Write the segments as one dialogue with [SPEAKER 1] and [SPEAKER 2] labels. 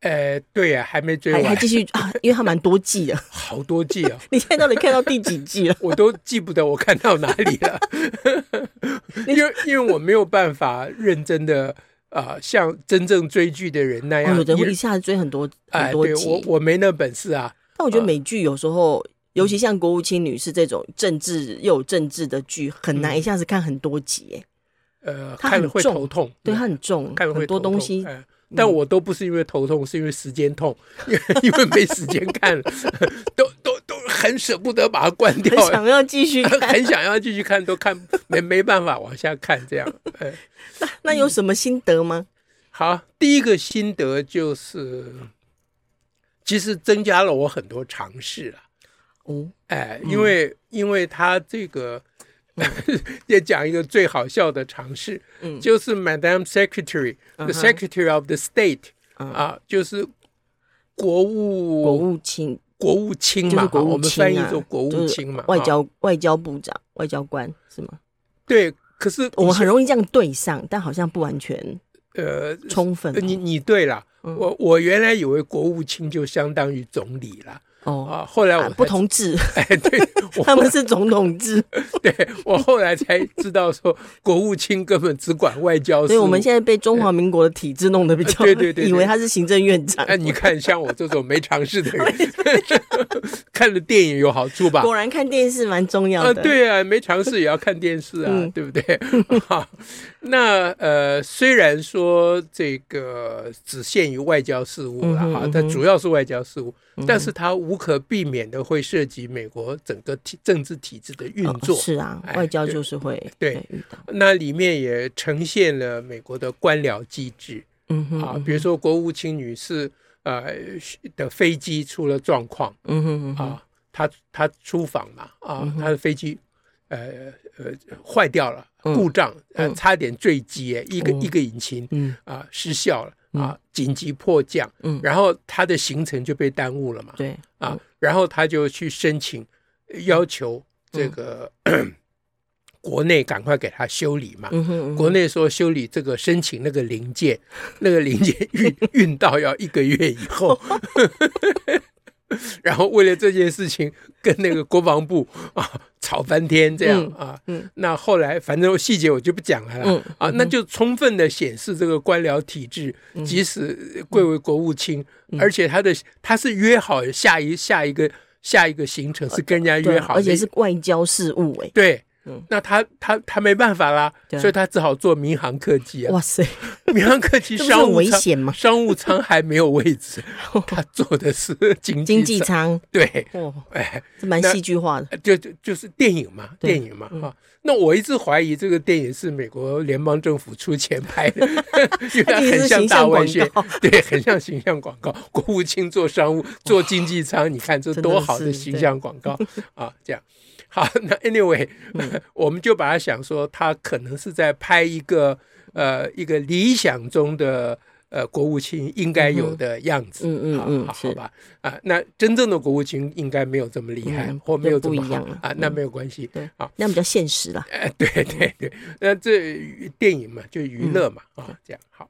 [SPEAKER 1] 呃，对呀、还没追
[SPEAKER 2] 还还
[SPEAKER 1] 完，
[SPEAKER 2] 继续啊？因为它蛮多季 的。
[SPEAKER 1] 好多季啊，
[SPEAKER 2] 你现在到底看到第几季了？
[SPEAKER 1] 我都记不得我看到哪里了， 因为因为我没有办法认真的啊、呃像真正追剧的人那
[SPEAKER 2] 哦，
[SPEAKER 1] 样，
[SPEAKER 2] 有的会
[SPEAKER 1] 一
[SPEAKER 2] 一下子追很多
[SPEAKER 1] 哎，
[SPEAKER 2] 很多
[SPEAKER 1] 对我
[SPEAKER 2] 集。
[SPEAKER 1] 我没那本事啊，
[SPEAKER 2] 但我觉得
[SPEAKER 1] 呃
[SPEAKER 2] 美剧有时候，尤
[SPEAKER 1] 嗯
[SPEAKER 2] 其像《国务卿女士》这种政治又有政治的剧，很
[SPEAKER 1] 嗯
[SPEAKER 2] 难一下子看很多集，哎，
[SPEAKER 1] 呃，
[SPEAKER 2] 它
[SPEAKER 1] 看
[SPEAKER 2] 很
[SPEAKER 1] 了会
[SPEAKER 2] 重
[SPEAKER 1] 头痛，
[SPEAKER 2] 对，它很重，
[SPEAKER 1] 嗯看了会
[SPEAKER 2] 很多
[SPEAKER 1] 头痛
[SPEAKER 2] 东西。 嗯
[SPEAKER 1] 哎但我都不是因为头痛，是因为时间痛，因为 因为没时间看了， 都都都很舍不得把它关掉
[SPEAKER 2] 很，想要继续看，
[SPEAKER 1] 很想要继续看，都看没没办法往下看这样。 哎
[SPEAKER 2] 那有什么心得吗？
[SPEAKER 1] 好，第一个心得就是，其实增加了我很多尝试了。
[SPEAKER 2] 哦，
[SPEAKER 1] 哎，因为、因为他这个 也讲一个最好笑的尝试，
[SPEAKER 2] 嗯
[SPEAKER 1] 就是 Madam Secretary、
[SPEAKER 2] 嗯哼
[SPEAKER 1] the Secretary of the State、
[SPEAKER 2] 嗯
[SPEAKER 1] 啊，就是国务
[SPEAKER 2] 国务卿
[SPEAKER 1] 国务卿
[SPEAKER 2] 就
[SPEAKER 1] 嘛，
[SPEAKER 2] 是国
[SPEAKER 1] 嗯我
[SPEAKER 2] 务
[SPEAKER 1] 们
[SPEAKER 2] 卿
[SPEAKER 1] 翻译
[SPEAKER 2] 啊，
[SPEAKER 1] 做国务
[SPEAKER 2] 就是
[SPEAKER 1] 卿嘛，
[SPEAKER 2] 外
[SPEAKER 1] 啊、
[SPEAKER 2] 交外交部长、外交官是吗？
[SPEAKER 1] 对。可是
[SPEAKER 2] 我们很
[SPEAKER 1] 以
[SPEAKER 2] 容易这样对上，但好像不完全
[SPEAKER 1] 前呃，
[SPEAKER 2] 充分
[SPEAKER 1] 你你对了，
[SPEAKER 2] 嗯
[SPEAKER 1] 我我原来以为国务卿就相当于总理了
[SPEAKER 2] 哦。
[SPEAKER 1] 啊，后来我
[SPEAKER 2] 啊
[SPEAKER 1] 才
[SPEAKER 2] 不同制，
[SPEAKER 1] 哎，对 我
[SPEAKER 2] 他们是总统制，
[SPEAKER 1] 对我后来才知道说国务卿根本只管外交
[SPEAKER 2] 所
[SPEAKER 1] 事
[SPEAKER 2] 以
[SPEAKER 1] 务，
[SPEAKER 2] 我们现在被中华民国的体制弄得比较，
[SPEAKER 1] 哎呃对对对对
[SPEAKER 2] 以为他是行政院 长，
[SPEAKER 1] 哎，你看，像我这种没尝试的 人， 看了电影有好处吧？
[SPEAKER 2] 果然看电视蛮重要
[SPEAKER 1] 啊，
[SPEAKER 2] 的。，哦
[SPEAKER 1] 对啊，没尝试也要看电视啊，
[SPEAKER 2] 嗯
[SPEAKER 1] 对 不对？好，那呃，虽然说这个只限于外交事务
[SPEAKER 2] 嗯
[SPEAKER 1] 啦，
[SPEAKER 2] 哼
[SPEAKER 1] 哈、
[SPEAKER 2] 嗯哼
[SPEAKER 1] 但主要是外交事务，
[SPEAKER 2] 嗯
[SPEAKER 1] 但是它无可避免的会涉及美国整个体政治体制的运作。
[SPEAKER 2] 是啊，
[SPEAKER 1] 哎
[SPEAKER 2] 外交
[SPEAKER 1] 对
[SPEAKER 2] 就是会
[SPEAKER 1] 对
[SPEAKER 2] 会遇到，
[SPEAKER 1] 那里面也呈现了美国的官僚机制
[SPEAKER 2] 嗯哼，
[SPEAKER 1] 啊
[SPEAKER 2] 嗯，
[SPEAKER 1] 比如说国务卿女士呃的飞机出了状况，
[SPEAKER 2] 嗯哼嗯哼，
[SPEAKER 1] 啊，他他出访嘛，啊，他的飞机，呃呃坏掉了，
[SPEAKER 2] 嗯
[SPEAKER 1] 故障，呃，
[SPEAKER 2] 嗯
[SPEAKER 1] 差点坠机，哎一个
[SPEAKER 2] 哦
[SPEAKER 1] 一个引擎
[SPEAKER 2] 嗯
[SPEAKER 1] 啊失效了啊，紧急迫降
[SPEAKER 2] 嗯，
[SPEAKER 1] 然后他的行程就被耽误了嘛，
[SPEAKER 2] 对，
[SPEAKER 1] 啊，然后他就去申请，呃要求这个 国内赶快给他修理嘛，
[SPEAKER 2] 嗯哼，嗯哼
[SPEAKER 1] 国内说修理这个申请那个零件， 那个零件运 运到要一个月以后， 然后为了这件事情跟那个国防部 啊吵翻天，这样
[SPEAKER 2] 嗯
[SPEAKER 1] 啊，
[SPEAKER 2] 嗯
[SPEAKER 1] 那后来反正细节我就不讲了啦，
[SPEAKER 2] 嗯嗯
[SPEAKER 1] 啊，那就充分的显示这个官僚体制，即使贵为国务卿，而且他的他是约好下一下一个下一个行程是跟人家
[SPEAKER 2] 对
[SPEAKER 1] 约
[SPEAKER 2] 啊
[SPEAKER 1] 好的，
[SPEAKER 2] 而且是外交事务哎，
[SPEAKER 1] 对，
[SPEAKER 2] 嗯
[SPEAKER 1] 那他他他没办法啦，
[SPEAKER 2] 对啊
[SPEAKER 1] 所以他只好坐民航客机啊。
[SPEAKER 2] 哇塞，
[SPEAKER 1] 民航客机
[SPEAKER 2] 这不是
[SPEAKER 1] 商
[SPEAKER 2] 很
[SPEAKER 1] 务
[SPEAKER 2] 危
[SPEAKER 1] 舱，
[SPEAKER 2] 险吗？
[SPEAKER 1] 商务舱还没有位 置，他坐的是经
[SPEAKER 2] 经济
[SPEAKER 1] 舱。
[SPEAKER 2] 舱，
[SPEAKER 1] 对，
[SPEAKER 2] 哦，
[SPEAKER 1] 哎，
[SPEAKER 2] 这蛮
[SPEAKER 1] 那
[SPEAKER 2] 戏剧化的。
[SPEAKER 1] 呃就就就是电影嘛，
[SPEAKER 2] 对嗯
[SPEAKER 1] 电影嘛啊。那我一直怀疑这个电影是美国联邦政府出钱拍的， 因为 它
[SPEAKER 2] 这个
[SPEAKER 1] 很
[SPEAKER 2] 是
[SPEAKER 1] 像
[SPEAKER 2] 形
[SPEAKER 1] 大
[SPEAKER 2] 象
[SPEAKER 1] 外
[SPEAKER 2] 广
[SPEAKER 1] 宣
[SPEAKER 2] 告，
[SPEAKER 1] 对，很像形象广告。国务卿做商务，做经济舱，你看这
[SPEAKER 2] 真
[SPEAKER 1] 多
[SPEAKER 2] 的
[SPEAKER 1] 好的
[SPEAKER 2] 是
[SPEAKER 1] 形
[SPEAKER 2] 对
[SPEAKER 1] 象广告啊！这样好，那 anyway，、我
[SPEAKER 2] 嗯
[SPEAKER 1] 们就把它想说，他可能是在拍一个呃一个理想中的呃国务卿应该有的样子。
[SPEAKER 2] 嗯嗯
[SPEAKER 1] 好
[SPEAKER 2] 嗯
[SPEAKER 1] 好
[SPEAKER 2] 是
[SPEAKER 1] 好吧啊，那真正的国务卿应该没有这么厉害，
[SPEAKER 2] 嗯
[SPEAKER 1] 或没有这么
[SPEAKER 2] 就不一
[SPEAKER 1] 好
[SPEAKER 2] 样了嗯
[SPEAKER 1] 啊，那没有关系。
[SPEAKER 2] 对
[SPEAKER 1] 啊，
[SPEAKER 2] 那比较现实啦。
[SPEAKER 1] 哎，对 对对，那这电影嘛，就娱
[SPEAKER 2] 嗯
[SPEAKER 1] 乐嘛，啊，这样好。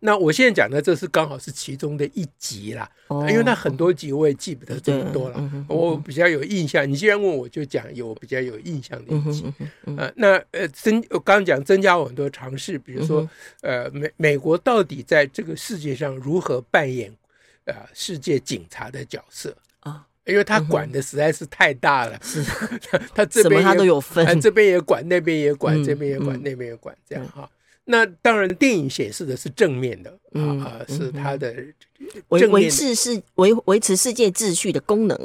[SPEAKER 1] 那我现在讲的这是刚好是其中的一集啦，
[SPEAKER 2] 哦
[SPEAKER 1] 因为它很多集我也记不得这
[SPEAKER 2] 对
[SPEAKER 1] 么多了，
[SPEAKER 2] 嗯哼
[SPEAKER 1] 我比较有印象。你既然问我，就讲有比较有印象的
[SPEAKER 2] 嗯
[SPEAKER 1] 一
[SPEAKER 2] 哼
[SPEAKER 1] 集。
[SPEAKER 2] 嗯哼嗯哼
[SPEAKER 1] 呃，那呃增我刚刚讲增加我很多尝试，比如说、
[SPEAKER 2] 嗯
[SPEAKER 1] 呃美美国到底在这个世界上如何扮演呃世界警察的角色？
[SPEAKER 2] 啊，
[SPEAKER 1] 因为他管的实在是太大了，
[SPEAKER 2] 是
[SPEAKER 1] 他 他这
[SPEAKER 2] 什
[SPEAKER 1] 边
[SPEAKER 2] 么
[SPEAKER 1] 也
[SPEAKER 2] 他都有分
[SPEAKER 1] 哎，。这边也管，那边也管，
[SPEAKER 2] 嗯
[SPEAKER 1] 这边也管，
[SPEAKER 2] 嗯
[SPEAKER 1] 那边也管，这样
[SPEAKER 2] 对
[SPEAKER 1] 哈、那当然，电影显示的是正面的，
[SPEAKER 2] 嗯
[SPEAKER 1] 啊、呃是他的
[SPEAKER 2] 维
[SPEAKER 1] 正面
[SPEAKER 2] 维
[SPEAKER 1] 的，
[SPEAKER 2] 持世维维持世界秩序的功能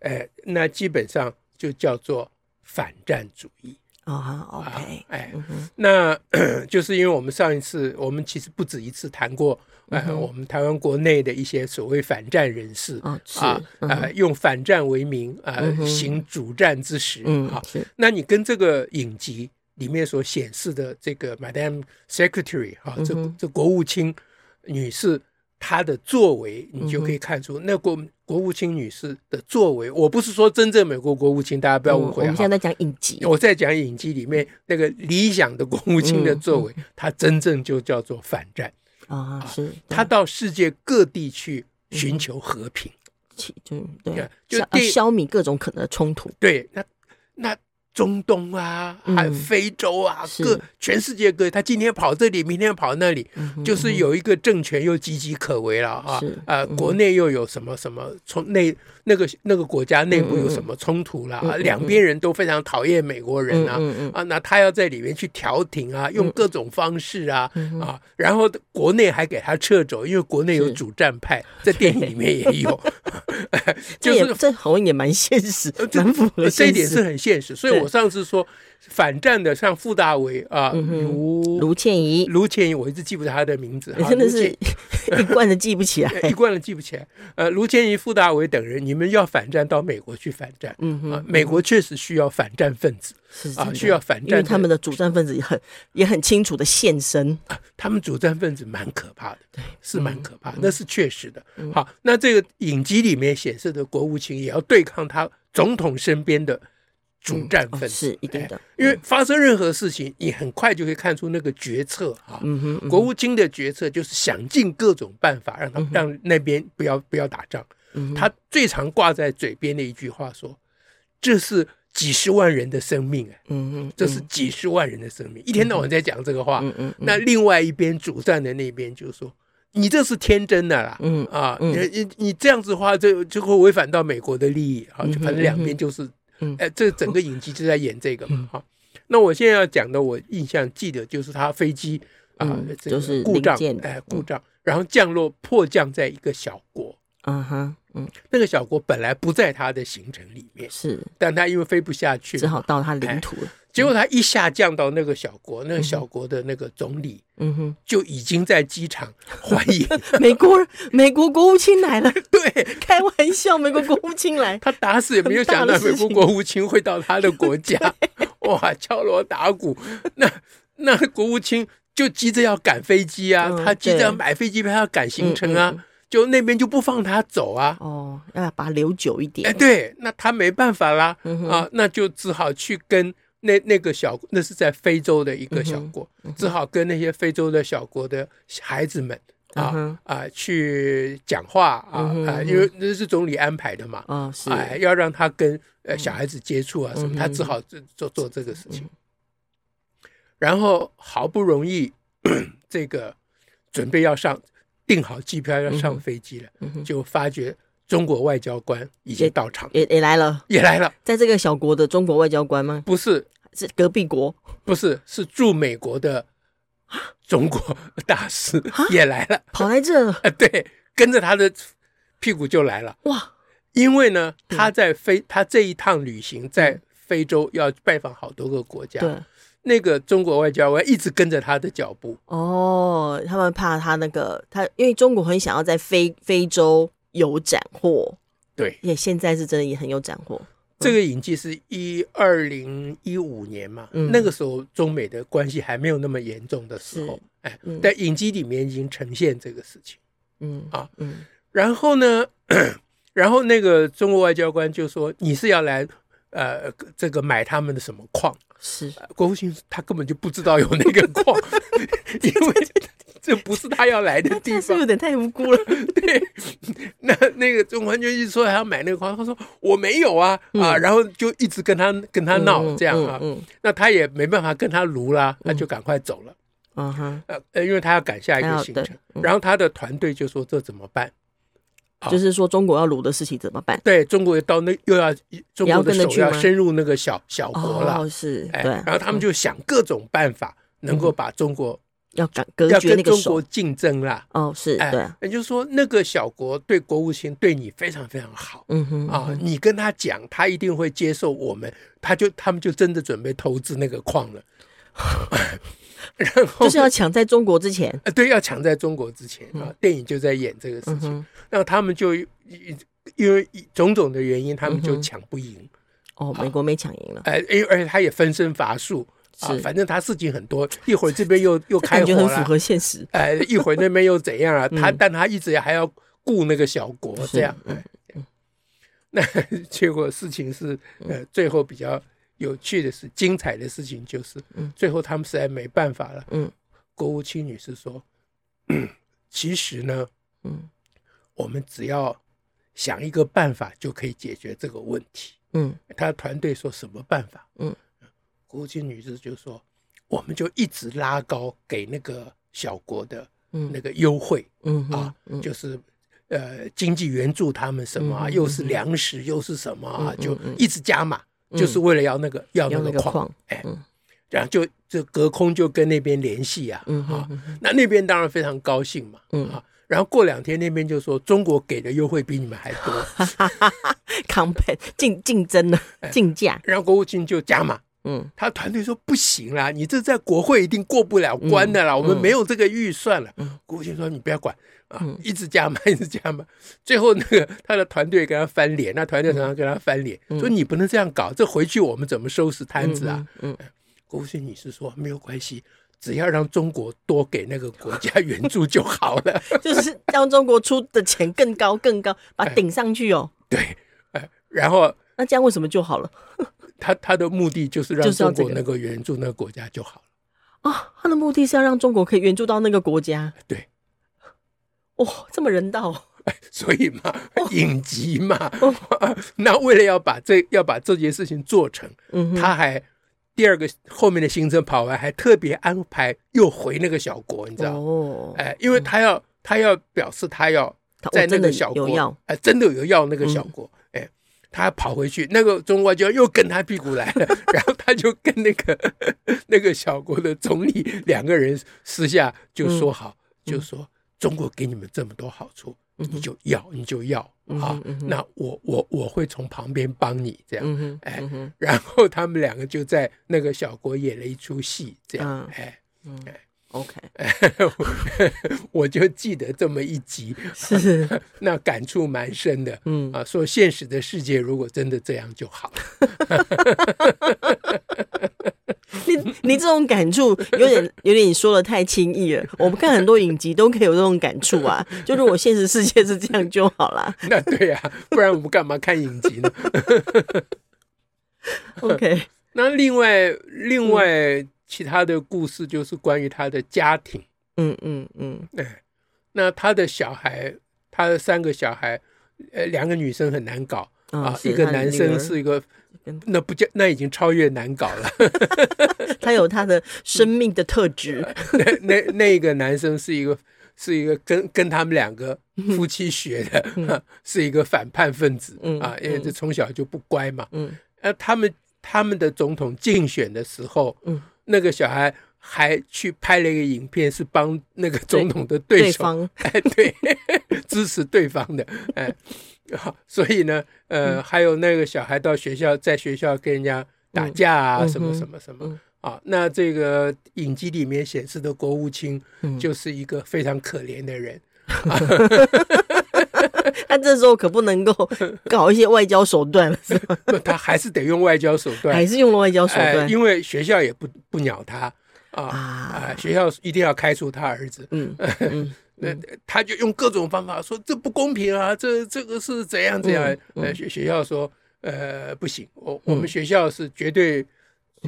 [SPEAKER 1] 呃哎、那基本上就叫做反战主义。
[SPEAKER 2] 哦好，OK，
[SPEAKER 1] 哎，
[SPEAKER 2] 嗯哼，
[SPEAKER 1] 那 就是因为我们上一次，我们其实不止一次谈过，
[SPEAKER 2] 嗯
[SPEAKER 1] 呃，我们台湾国内的一些所谓反战人士
[SPEAKER 2] 哦是
[SPEAKER 1] 啊，
[SPEAKER 2] 嗯
[SPEAKER 1] 呃，用反战为名，呃
[SPEAKER 2] 嗯，哼
[SPEAKER 1] 行主战之实啊
[SPEAKER 2] 嗯，。是，
[SPEAKER 1] 那你跟这个影集里面所显示的这个 Madam Secretary 哈、
[SPEAKER 2] 嗯
[SPEAKER 1] 这
[SPEAKER 2] 哼
[SPEAKER 1] 这国务卿女士她的作为，
[SPEAKER 2] 嗯
[SPEAKER 1] 你就可以看出那国国务卿女士的作为。我不是说真正美国国务卿，大家不要误
[SPEAKER 2] 嗯
[SPEAKER 1] 会
[SPEAKER 2] 我们
[SPEAKER 1] 哈
[SPEAKER 2] 现。在在讲影集，
[SPEAKER 1] 我在讲影集里
[SPEAKER 2] 嗯
[SPEAKER 1] 面那个理想的国务卿的作为，她真正就叫做反战，
[SPEAKER 2] 啊，是，
[SPEAKER 1] 她
[SPEAKER 2] 对
[SPEAKER 1] 到世界各地去寻求和平。
[SPEAKER 2] 嗯其就对
[SPEAKER 1] 对，就
[SPEAKER 2] 消呃
[SPEAKER 1] 第
[SPEAKER 2] 消弭各种可能的冲突，
[SPEAKER 1] 对，那那中东啊，
[SPEAKER 2] 嗯
[SPEAKER 1] 还有非洲啊，
[SPEAKER 2] 是
[SPEAKER 1] 各全世界各地，他今天跑这里，明天跑那里，
[SPEAKER 2] 嗯哼
[SPEAKER 1] 就是有一个政权又岌岌可危了啊
[SPEAKER 2] 是。嗯
[SPEAKER 1] 呃，国内又有什么什么冲内那个那个国家内
[SPEAKER 2] 嗯
[SPEAKER 1] 部有什么冲突了啊？两边人都非常讨厌美国人
[SPEAKER 2] 嗯
[SPEAKER 1] 啊。
[SPEAKER 2] 嗯嗯
[SPEAKER 1] 啊，那他要在里面去调停啊，用各种方式啊，
[SPEAKER 2] 嗯
[SPEAKER 1] 啊，然后国内还给他撤走，因为国内有
[SPEAKER 2] 是
[SPEAKER 1] 主战派，在电影里面也 有，
[SPEAKER 2] 这也这好像也蛮现实，蛮符合
[SPEAKER 1] 呃这一
[SPEAKER 2] 现
[SPEAKER 1] 点是
[SPEAKER 2] 实。
[SPEAKER 1] 很现实。所以我上次说反战的，像傅大为啊、卢
[SPEAKER 2] 嗯卢倩怡，
[SPEAKER 1] 卢倩怡，我一直记不得她的 名字，
[SPEAKER 2] 你
[SPEAKER 1] 哈
[SPEAKER 2] 真的
[SPEAKER 1] 卢倩
[SPEAKER 2] 是一贯的记不起来。
[SPEAKER 1] 呃一贯的记不起来。呃，卢倩怡、傅大为等人，你们要反战到美国去反战。
[SPEAKER 2] 嗯哼，
[SPEAKER 1] 啊，美国确实需要反战分子
[SPEAKER 2] 是真
[SPEAKER 1] 啊，
[SPEAKER 2] 的
[SPEAKER 1] 需要反
[SPEAKER 2] 因为
[SPEAKER 1] 战。
[SPEAKER 2] 他们的主战分子也很也很清楚的现身，
[SPEAKER 1] 他们主战分子蛮可怕的，对，是蛮
[SPEAKER 2] 嗯
[SPEAKER 1] 可怕的，那是确实的。好，那这个影集里面显示的国务卿也要对抗他总统身边的主战
[SPEAKER 2] 哦
[SPEAKER 1] 分子，
[SPEAKER 2] 是一定
[SPEAKER 1] 哎
[SPEAKER 2] 的。
[SPEAKER 1] 因为发生任何事情，你很快就可以看出那个决策啊。
[SPEAKER 2] 嗯哼，嗯
[SPEAKER 1] 国务卿的决策就是想尽各种办法让他让那边不要不要打仗。
[SPEAKER 2] 嗯
[SPEAKER 1] 他最常挂在嘴边的一句话说：“这是几十万人的生命，哎，
[SPEAKER 2] 嗯哼，
[SPEAKER 1] 这是啊几十万人的生命。”一天到晚在讲这个话。
[SPEAKER 2] 嗯嗯
[SPEAKER 1] 那另外一边主战的那边就说：“你这是天真的啦，
[SPEAKER 2] 嗯
[SPEAKER 1] 啊，你你你这样子的话，这就会违反到美国的利益啊。”就反正两边就是
[SPEAKER 2] 嗯，
[SPEAKER 1] 哎，这整个影集就在演这个嘛。哈，那我现在要讲的，我印象记得就是他飞机啊
[SPEAKER 2] 嗯，
[SPEAKER 1] 这个
[SPEAKER 2] 就是
[SPEAKER 1] 故障
[SPEAKER 2] 零件，的嗯
[SPEAKER 1] 哎，故障，然后降落迫降在一个小国。
[SPEAKER 2] 啊哈，嗯
[SPEAKER 1] 那个小国本来不在他的行程里面，
[SPEAKER 2] 是，
[SPEAKER 1] 但他因为飞不下去，
[SPEAKER 2] 只好到他
[SPEAKER 1] 哎
[SPEAKER 2] 领土了。
[SPEAKER 1] 结果他一下降到那个小国，那个小国的那个总理
[SPEAKER 2] 嗯哼，
[SPEAKER 1] 就已经在机场欢迎，
[SPEAKER 2] 美国人美国国务卿来了，
[SPEAKER 1] 对
[SPEAKER 2] 开玩笑，美国国务卿来，
[SPEAKER 1] 他打死也没有想
[SPEAKER 2] 很大
[SPEAKER 1] 到
[SPEAKER 2] 的
[SPEAKER 1] 美
[SPEAKER 2] 事情
[SPEAKER 1] 国国务卿会到他的国家，哇，敲锣打鼓，那那国务卿就急着要赶飞机啊，
[SPEAKER 2] 嗯
[SPEAKER 1] 他急着要
[SPEAKER 2] 对
[SPEAKER 1] 买飞机票要赶行程
[SPEAKER 2] 嗯
[SPEAKER 1] 啊，就那边就不放他走啊，
[SPEAKER 2] 哦，要把它留久一
[SPEAKER 1] 哎，
[SPEAKER 2] 点。
[SPEAKER 1] 对，那他没办法啦，
[SPEAKER 2] 嗯哼
[SPEAKER 1] 啊，那就只好去跟那那个小，那是在非洲的一个
[SPEAKER 2] 嗯
[SPEAKER 1] 小国，只好跟那些非洲的小国的孩子们啊
[SPEAKER 2] 嗯、哼
[SPEAKER 1] 啊去讲话啊、
[SPEAKER 2] 嗯哼
[SPEAKER 1] 啊，
[SPEAKER 2] 嗯哼
[SPEAKER 1] 因为那是总理安排的嘛，
[SPEAKER 2] 哦，是，
[SPEAKER 1] 哎，要让他跟呃小孩子接触啊什么，
[SPEAKER 2] 嗯
[SPEAKER 1] 他
[SPEAKER 2] 嗯
[SPEAKER 1] 只好做做做这个事情。然后好不容易 这个准备要上订好机票要上飞机
[SPEAKER 2] 嗯
[SPEAKER 1] 了，就发觉中国外交官已经到场了。
[SPEAKER 2] 也也来了，
[SPEAKER 1] 也来了，
[SPEAKER 2] 在这个小国的中国外交官吗？
[SPEAKER 1] 不是
[SPEAKER 2] 是隔壁国
[SPEAKER 1] 不是是驻美国的中国大使
[SPEAKER 2] 啊
[SPEAKER 1] 也来了，
[SPEAKER 2] 跑来这了，
[SPEAKER 1] 啊，对，跟着他的屁股就来了，
[SPEAKER 2] 哇，
[SPEAKER 1] 因为呢，他在非他这一趟旅行在非洲要拜访好多个国家，
[SPEAKER 2] 嗯对，
[SPEAKER 1] 那个中国外交官一直跟着他的脚步，
[SPEAKER 2] 哦，他们怕他那个他，因为中国很想要在非非洲有斩获，
[SPEAKER 1] 对，
[SPEAKER 2] 也现在是真的也很有斩获，
[SPEAKER 1] 这个影集是一二零一五年嘛，
[SPEAKER 2] 嗯
[SPEAKER 1] 那个时候中美的关系还没有那么严重的时候
[SPEAKER 2] 是，
[SPEAKER 1] 哎
[SPEAKER 2] 嗯，
[SPEAKER 1] 在影集里面已经呈现这个事情。
[SPEAKER 2] 嗯
[SPEAKER 1] 啊
[SPEAKER 2] 嗯
[SPEAKER 1] 然后呢， 然后那个中国外交官就说你是要来呃这个买他们的什么矿？
[SPEAKER 2] 是
[SPEAKER 1] 呃国务卿他根本就不知道有那个 矿，因为这不是他要来的地
[SPEAKER 2] 但是
[SPEAKER 1] 方。
[SPEAKER 2] 有点太无辜了，
[SPEAKER 1] 那那个中国就一直说他要买那个矿，他说我没有啊啊，然后就一直跟他跟他闹
[SPEAKER 2] 嗯
[SPEAKER 1] 这样啊，
[SPEAKER 2] 嗯嗯
[SPEAKER 1] 那他也没办法跟他撸啦，他就赶快走了。
[SPEAKER 2] 嗯哼，
[SPEAKER 1] 呃呃，因为他要赶下一
[SPEAKER 2] 还嗯
[SPEAKER 1] 个
[SPEAKER 2] 好
[SPEAKER 1] 行
[SPEAKER 2] 对
[SPEAKER 1] 程，然后他的团队就说这怎么办？好
[SPEAKER 2] 就是说中国要掳的事情怎么办？
[SPEAKER 1] 对中国到那又要
[SPEAKER 2] 也
[SPEAKER 1] 中
[SPEAKER 2] 要
[SPEAKER 1] 国
[SPEAKER 2] 跟
[SPEAKER 1] 的
[SPEAKER 2] 着
[SPEAKER 1] 手
[SPEAKER 2] 去
[SPEAKER 1] 要
[SPEAKER 2] 吗
[SPEAKER 1] 深入那个小小国了，
[SPEAKER 2] 哦，是
[SPEAKER 1] 哎，
[SPEAKER 2] 对，
[SPEAKER 1] 然后他们就想各种办法能够把中国
[SPEAKER 2] 要隔隔
[SPEAKER 1] 要
[SPEAKER 2] 绝
[SPEAKER 1] 跟
[SPEAKER 2] 那个
[SPEAKER 1] 中
[SPEAKER 2] 手
[SPEAKER 1] 国。竞争啦。
[SPEAKER 2] 哦，是
[SPEAKER 1] 哎
[SPEAKER 2] 对啊，
[SPEAKER 1] 也就是说，那个小国对国务卿对你非常非常好
[SPEAKER 2] 嗯哼，
[SPEAKER 1] 啊，你跟他讲，他一定会接受我们，他就他们就真的准备投资那个矿了。然后
[SPEAKER 2] 就是要抢在中国之 前。
[SPEAKER 1] 呃，对，要抢在中国之前啊，电影就在演这个事
[SPEAKER 2] 嗯
[SPEAKER 1] 情。
[SPEAKER 2] 哼，
[SPEAKER 1] 那他们就因为种种的原因，他们
[SPEAKER 2] 嗯
[SPEAKER 1] 就
[SPEAKER 2] 哼
[SPEAKER 1] 抢不赢。
[SPEAKER 2] 哦，美国没抢赢了，
[SPEAKER 1] 哎，因为而且他也分身乏术啊
[SPEAKER 2] 是，
[SPEAKER 1] 反正他事情很多，一会儿这 边又又
[SPEAKER 2] 这
[SPEAKER 1] 开
[SPEAKER 2] 感
[SPEAKER 1] 火
[SPEAKER 2] 觉很符
[SPEAKER 1] 了，
[SPEAKER 2] 合现实。
[SPEAKER 1] 哎，一会儿那边又怎样啊？他
[SPEAKER 2] 嗯
[SPEAKER 1] 但他一直还要顾那个小国
[SPEAKER 2] 是嗯
[SPEAKER 1] 这样，哎，那结果事情是
[SPEAKER 2] 嗯
[SPEAKER 1] 呃，最后比较有趣的是，精彩的事情就是
[SPEAKER 2] 嗯，
[SPEAKER 1] 最后他们实在没办法了。
[SPEAKER 2] 嗯
[SPEAKER 1] 国务卿女士说， 其实呢，
[SPEAKER 2] 嗯
[SPEAKER 1] 我们只要想一个办法就可以解决这个问题。
[SPEAKER 2] 嗯
[SPEAKER 1] 他的团队说什么办法？
[SPEAKER 2] 嗯，
[SPEAKER 1] 国际女士就说，我们就一直拉高给那个小国的
[SPEAKER 2] 嗯
[SPEAKER 1] 那个优惠，
[SPEAKER 2] 嗯哼
[SPEAKER 1] 啊
[SPEAKER 2] 嗯
[SPEAKER 1] 就是呃经济援助他们什么、啊，
[SPEAKER 2] 嗯嗯
[SPEAKER 1] 又是粮食又是什么、啊
[SPEAKER 2] 嗯，嗯
[SPEAKER 1] 就
[SPEAKER 2] 嗯
[SPEAKER 1] 一直加码，
[SPEAKER 2] 嗯
[SPEAKER 1] 就是为了要那个要
[SPEAKER 2] 要那
[SPEAKER 1] 那
[SPEAKER 2] 个
[SPEAKER 1] 个矿，
[SPEAKER 2] 矿，
[SPEAKER 1] 哎
[SPEAKER 2] 嗯，
[SPEAKER 1] 然后就就隔空就跟那边联系啊，
[SPEAKER 2] 嗯哼
[SPEAKER 1] 啊
[SPEAKER 2] 嗯，
[SPEAKER 1] 那那边当然非常高兴嘛，
[SPEAKER 2] 嗯
[SPEAKER 1] 啊。然后过两天那边就说中国给的优惠比你们还 多，
[SPEAKER 2] compete 竞竞争了，
[SPEAKER 1] 哎
[SPEAKER 2] 竞价，
[SPEAKER 1] 然后国务卿就加码，
[SPEAKER 2] 嗯
[SPEAKER 1] 他团队说不行啦，你这在国会一定过不了关的
[SPEAKER 2] 嗯
[SPEAKER 1] 啦，我们没有这个预算了。国务卿说你不要管啊，
[SPEAKER 2] 嗯
[SPEAKER 1] 一直加码，一直加码。最后那个他的团队跟他翻脸，那团队常常跟他翻脸，说你不能这样搞，这回去我们怎么收拾摊子啊？
[SPEAKER 2] 嗯嗯，
[SPEAKER 1] 国务卿女士说没有关系，只要让中国多给那个国家 援助就好了。
[SPEAKER 2] 嗯，就是让中国出的钱更高更高，把
[SPEAKER 1] 哎
[SPEAKER 2] 它顶上去哦。
[SPEAKER 1] 呃然后
[SPEAKER 2] 那这样为什么就好了？
[SPEAKER 1] 他他的目的就是让
[SPEAKER 2] 就是要
[SPEAKER 1] 中
[SPEAKER 2] 这个
[SPEAKER 1] 国能够援助那个国家就好了。
[SPEAKER 2] 啊，他的目的是要让中国可以援助到那个国家。
[SPEAKER 1] 对，
[SPEAKER 2] 哇、这么人道哦，
[SPEAKER 1] 所以嘛，影集嘛，呃那为了要把这要把这件事情做成，
[SPEAKER 2] 嗯哼，
[SPEAKER 1] 他还第二个后面的行程跑完，还特别安排又回那个小国，你知道？
[SPEAKER 2] 哦，
[SPEAKER 1] 哎，因为他要他要表示他要
[SPEAKER 2] 他我啊
[SPEAKER 1] 在那
[SPEAKER 2] 哦真的
[SPEAKER 1] 个小
[SPEAKER 2] 有嗯
[SPEAKER 1] 国
[SPEAKER 2] 要，，
[SPEAKER 1] 哎，真的有要那个小国，哎。他跑回去，那个中国就又跟他屁股来了， 然后他就跟那个那个小国的总理两个人私下就
[SPEAKER 2] 嗯
[SPEAKER 1] 说好，就说中国给你们这么多好处，你就要你就要
[SPEAKER 2] 嗯
[SPEAKER 1] 啊
[SPEAKER 2] 哼嗯，哼
[SPEAKER 1] 那我我我会从旁边帮你这样，
[SPEAKER 2] 嗯哼，
[SPEAKER 1] 哎
[SPEAKER 2] 嗯哼，
[SPEAKER 1] 然后他们两个就在那个小国演了一出戏，这样
[SPEAKER 2] 嗯，
[SPEAKER 1] 哎、
[SPEAKER 2] 嗯，OK，
[SPEAKER 1] 我就记得这么一集，
[SPEAKER 2] 是，
[SPEAKER 1] 那感触蛮深的。
[SPEAKER 2] 嗯，
[SPEAKER 1] 啊，说现实的世界如果真的这样就好，
[SPEAKER 2] 你你这种感触有点有点你说的太轻易了。我们看很多影集都可以有这种感触啊，就如果现实世界是这样就好啦。
[SPEAKER 1] 那对呀、不然我们干嘛看影集呢？
[SPEAKER 2] OK，
[SPEAKER 1] 那另外另外其他的故事就是关于他的家庭，
[SPEAKER 2] 嗯嗯嗯
[SPEAKER 1] 哎，那他的小孩，他的三个小孩，呃，两个女生很难搞啊，
[SPEAKER 2] 嗯是
[SPEAKER 1] 一个
[SPEAKER 2] 他的
[SPEAKER 1] 男
[SPEAKER 2] 女
[SPEAKER 1] 生
[SPEAKER 2] 儿
[SPEAKER 1] 是一个
[SPEAKER 2] 跟，
[SPEAKER 1] 那不叫那已经超越难搞了。
[SPEAKER 2] 他有他的生命的特质，
[SPEAKER 1] 那那那个男生是一个是一个跟跟他们两个夫妻学的， 是一个反叛分子、
[SPEAKER 2] 嗯
[SPEAKER 1] 啊，因为这从小就不乖嘛。
[SPEAKER 2] 嗯
[SPEAKER 1] 呃，他们他们的总统竞选的时候，
[SPEAKER 2] 嗯，
[SPEAKER 1] 那个小孩还去拍了一个影片，是帮那个总统的对
[SPEAKER 2] 对
[SPEAKER 1] 手，
[SPEAKER 2] 方
[SPEAKER 1] 哎，对， 支持对方的，哎，啊所以呢，呃，
[SPEAKER 2] 嗯
[SPEAKER 1] 还有那个小孩到学校，在学校跟人家打架啊，
[SPEAKER 2] 嗯
[SPEAKER 1] 什
[SPEAKER 2] 嗯
[SPEAKER 1] 么
[SPEAKER 2] 哼
[SPEAKER 1] 什么什么、
[SPEAKER 2] 嗯
[SPEAKER 1] 啊，那这个影集里面显示的国务卿
[SPEAKER 2] 嗯
[SPEAKER 1] 就是一个非常可怜的人，
[SPEAKER 2] 他这时候可不能够 搞一些外交手段了，是吧
[SPEAKER 1] 不他还是得用外交手 段
[SPEAKER 2] 还，是用了外交手
[SPEAKER 1] 哎，
[SPEAKER 2] 段
[SPEAKER 1] 因为学校也不不鸟他啊
[SPEAKER 2] 啊？
[SPEAKER 1] 啊，学校一定要开除他儿子，
[SPEAKER 2] 嗯嗯
[SPEAKER 1] 那他就用各种方法说这不公平啊，这这个是怎样怎样。
[SPEAKER 2] 嗯嗯
[SPEAKER 1] 呃，学学校说，呃，不行，我我们学校是绝对、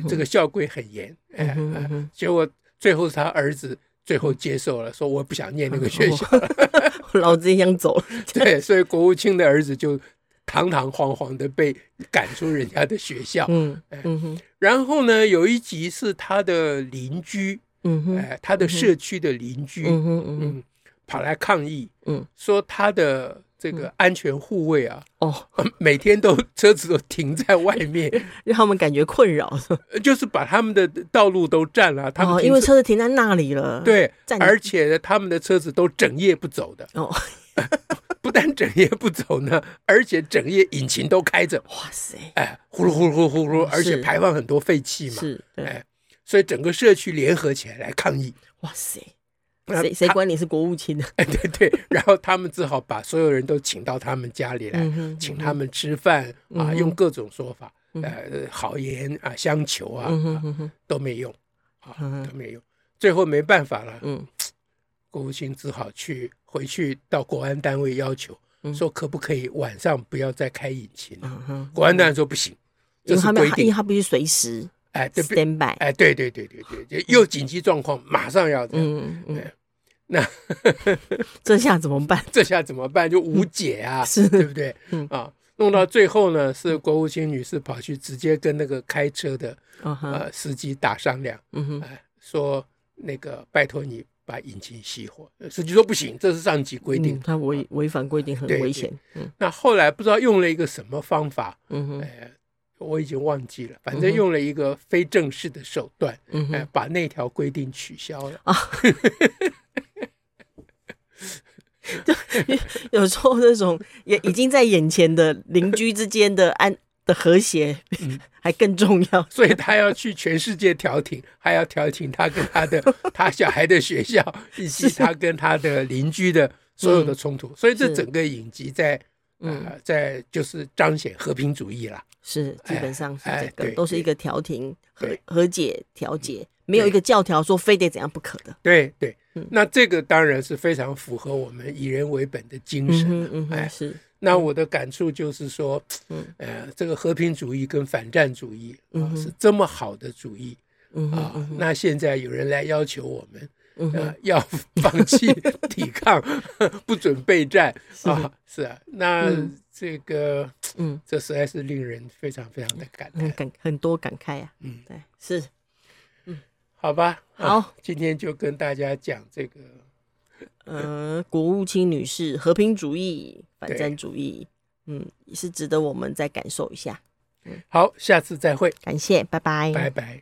[SPEAKER 1] 这个校规很严，哎、
[SPEAKER 2] 嗯哼
[SPEAKER 1] 哎
[SPEAKER 2] 嗯哼
[SPEAKER 1] 结果最后是他儿子最后接受了，说我不想念那个学
[SPEAKER 2] 哦
[SPEAKER 1] 校，
[SPEAKER 2] 老子也想走了，
[SPEAKER 1] 对，所以国务卿的儿子就堂堂皇皇的被赶出人家的学校。
[SPEAKER 2] 嗯嗯哼
[SPEAKER 1] 然后呢，有一集是他的邻居，
[SPEAKER 2] 嗯哼
[SPEAKER 1] 哎、他的社区的邻居，
[SPEAKER 2] 嗯哼嗯哼
[SPEAKER 1] 嗯，跑来抗议，
[SPEAKER 2] 嗯，
[SPEAKER 1] 说他的这个安全护卫啊，
[SPEAKER 2] 哦，
[SPEAKER 1] 每天都车子都停在外面，
[SPEAKER 2] 让他们感觉困扰。
[SPEAKER 1] 呃就是把他们的道路都占了。他们
[SPEAKER 2] 哦，
[SPEAKER 1] 停
[SPEAKER 2] 因为
[SPEAKER 1] 车
[SPEAKER 2] 车子停在那里了。，
[SPEAKER 1] 对
[SPEAKER 2] 占，
[SPEAKER 1] 而且呢他们的车子都整夜不走 的，
[SPEAKER 2] 哦，
[SPEAKER 1] 不但整夜不走呢，而且整夜引擎都开着，
[SPEAKER 2] 哇塞，
[SPEAKER 1] 哎，呼噜呼噜呼噜呼噜，而
[SPEAKER 2] 嗯
[SPEAKER 1] 且
[SPEAKER 2] 是
[SPEAKER 1] 排放很多废气嘛，
[SPEAKER 2] 是，对，
[SPEAKER 1] 哎，所以整个社区联合起来来抗议。
[SPEAKER 2] 哇塞，
[SPEAKER 1] 那
[SPEAKER 2] 谁谁
[SPEAKER 1] 他
[SPEAKER 2] 管你是国务卿 呢？
[SPEAKER 1] 哎，对对，然后他们只好把所有人都请到他们家里来，
[SPEAKER 2] 嗯哼
[SPEAKER 1] 哎请他们吃饭
[SPEAKER 2] 嗯
[SPEAKER 1] 啊，
[SPEAKER 2] 哼
[SPEAKER 1] 用各种说法，呃，好言啊、相求啊，
[SPEAKER 2] 嗯哼
[SPEAKER 1] 啊
[SPEAKER 2] 哼哼，
[SPEAKER 1] 都没用，啊，
[SPEAKER 2] 嗯哼
[SPEAKER 1] 都没用。最后没办法了，
[SPEAKER 2] 嗯，
[SPEAKER 1] 郭务卿只好去回去到国安单位要求，
[SPEAKER 2] 嗯
[SPEAKER 1] 说可不可以晚上不要再开引擎了？
[SPEAKER 2] 嗯哼，
[SPEAKER 1] 国安单位说不行，
[SPEAKER 2] 因
[SPEAKER 1] 这
[SPEAKER 2] 为
[SPEAKER 1] 是
[SPEAKER 2] 他们
[SPEAKER 1] 规
[SPEAKER 2] 他因为
[SPEAKER 1] 定。
[SPEAKER 2] 他必须随时
[SPEAKER 1] 哎，对不？
[SPEAKER 2] stand by。
[SPEAKER 1] 哎，对对对对对，对又紧急状况马上要这样。
[SPEAKER 2] 嗯嗯嗯，
[SPEAKER 1] 哎那
[SPEAKER 2] 这下怎么办？
[SPEAKER 1] 这下怎么办？就无解啊，
[SPEAKER 2] 是
[SPEAKER 1] 对不对
[SPEAKER 2] 嗯？
[SPEAKER 1] 啊，弄到最后呢，是国务卿女士跑去直接跟那个开车的
[SPEAKER 2] 嗯哼，
[SPEAKER 1] 呃司机打商量，
[SPEAKER 2] 嗯哼，
[SPEAKER 1] 哎，说那个拜托你把引擎熄火。呃司机说不行，这是上级规定啊
[SPEAKER 2] 嗯。他违违反规定很
[SPEAKER 1] 对
[SPEAKER 2] 危
[SPEAKER 1] 对
[SPEAKER 2] 险。嗯
[SPEAKER 1] 那后来不知道用了一个什么方法，
[SPEAKER 2] 嗯哼，
[SPEAKER 1] 哎，我已经忘记了，反正用了一个非正式的手段，
[SPEAKER 2] 嗯
[SPEAKER 1] 哎
[SPEAKER 2] 哼，，啊
[SPEAKER 1] 把那条规定取消了。
[SPEAKER 2] 有时候这种 也已经在眼前的邻居之间的安的和谐
[SPEAKER 1] 嗯，
[SPEAKER 2] 还更重要。
[SPEAKER 1] 所以他要去全世界调停，还要调停他跟他 的他小孩的学校，以及他跟他的邻居的所有的冲突。所以这
[SPEAKER 2] 嗯是
[SPEAKER 1] 整个影集在
[SPEAKER 2] 嗯
[SPEAKER 1] 呃在就是彰显和平主义啦。
[SPEAKER 2] 是，基
[SPEAKER 1] 哎
[SPEAKER 2] 本上是
[SPEAKER 1] 哎
[SPEAKER 2] 这个，
[SPEAKER 1] 对
[SPEAKER 2] 都是
[SPEAKER 1] 对
[SPEAKER 2] 一个调停、和
[SPEAKER 1] 对嗯
[SPEAKER 2] 和解、调解，没有
[SPEAKER 1] 对
[SPEAKER 2] 一个教条说非得怎样不可的。
[SPEAKER 1] 对对
[SPEAKER 2] 嗯，
[SPEAKER 1] 那这个当然是非常符合我们以人为本的精
[SPEAKER 2] 嗯
[SPEAKER 1] 神。
[SPEAKER 2] 哼，嗯哼，
[SPEAKER 1] 哎
[SPEAKER 2] 是，
[SPEAKER 1] 那我的感触就是说，
[SPEAKER 2] 嗯
[SPEAKER 1] 呃，这个和平主义跟反战主义
[SPEAKER 2] 嗯
[SPEAKER 1] 啊
[SPEAKER 2] 哼
[SPEAKER 1] 是这么好的主义
[SPEAKER 2] 嗯哼，
[SPEAKER 1] 啊
[SPEAKER 2] 嗯，哼
[SPEAKER 1] 那现在有人来要求我们。
[SPEAKER 2] 嗯哼，
[SPEAKER 1] 呃，要放弃 抵抗，不准备战
[SPEAKER 2] 是
[SPEAKER 1] 啊，是啊，那
[SPEAKER 2] 嗯
[SPEAKER 1] 这个
[SPEAKER 2] 嗯，
[SPEAKER 1] 这实在是令人非常非常的感
[SPEAKER 2] 很
[SPEAKER 1] 叹，
[SPEAKER 2] 感很多感慨啊。
[SPEAKER 1] 哎嗯
[SPEAKER 2] 对，是，
[SPEAKER 1] 好吧？啊
[SPEAKER 2] 好，
[SPEAKER 1] 今天就跟大家讲这个，
[SPEAKER 2] 呃，国务卿女士和平主义、反
[SPEAKER 1] 对
[SPEAKER 2] 战主义，嗯，也是值得我们再感受一下。
[SPEAKER 1] 好，下次再会，
[SPEAKER 2] 感谢，拜拜，
[SPEAKER 1] 拜拜。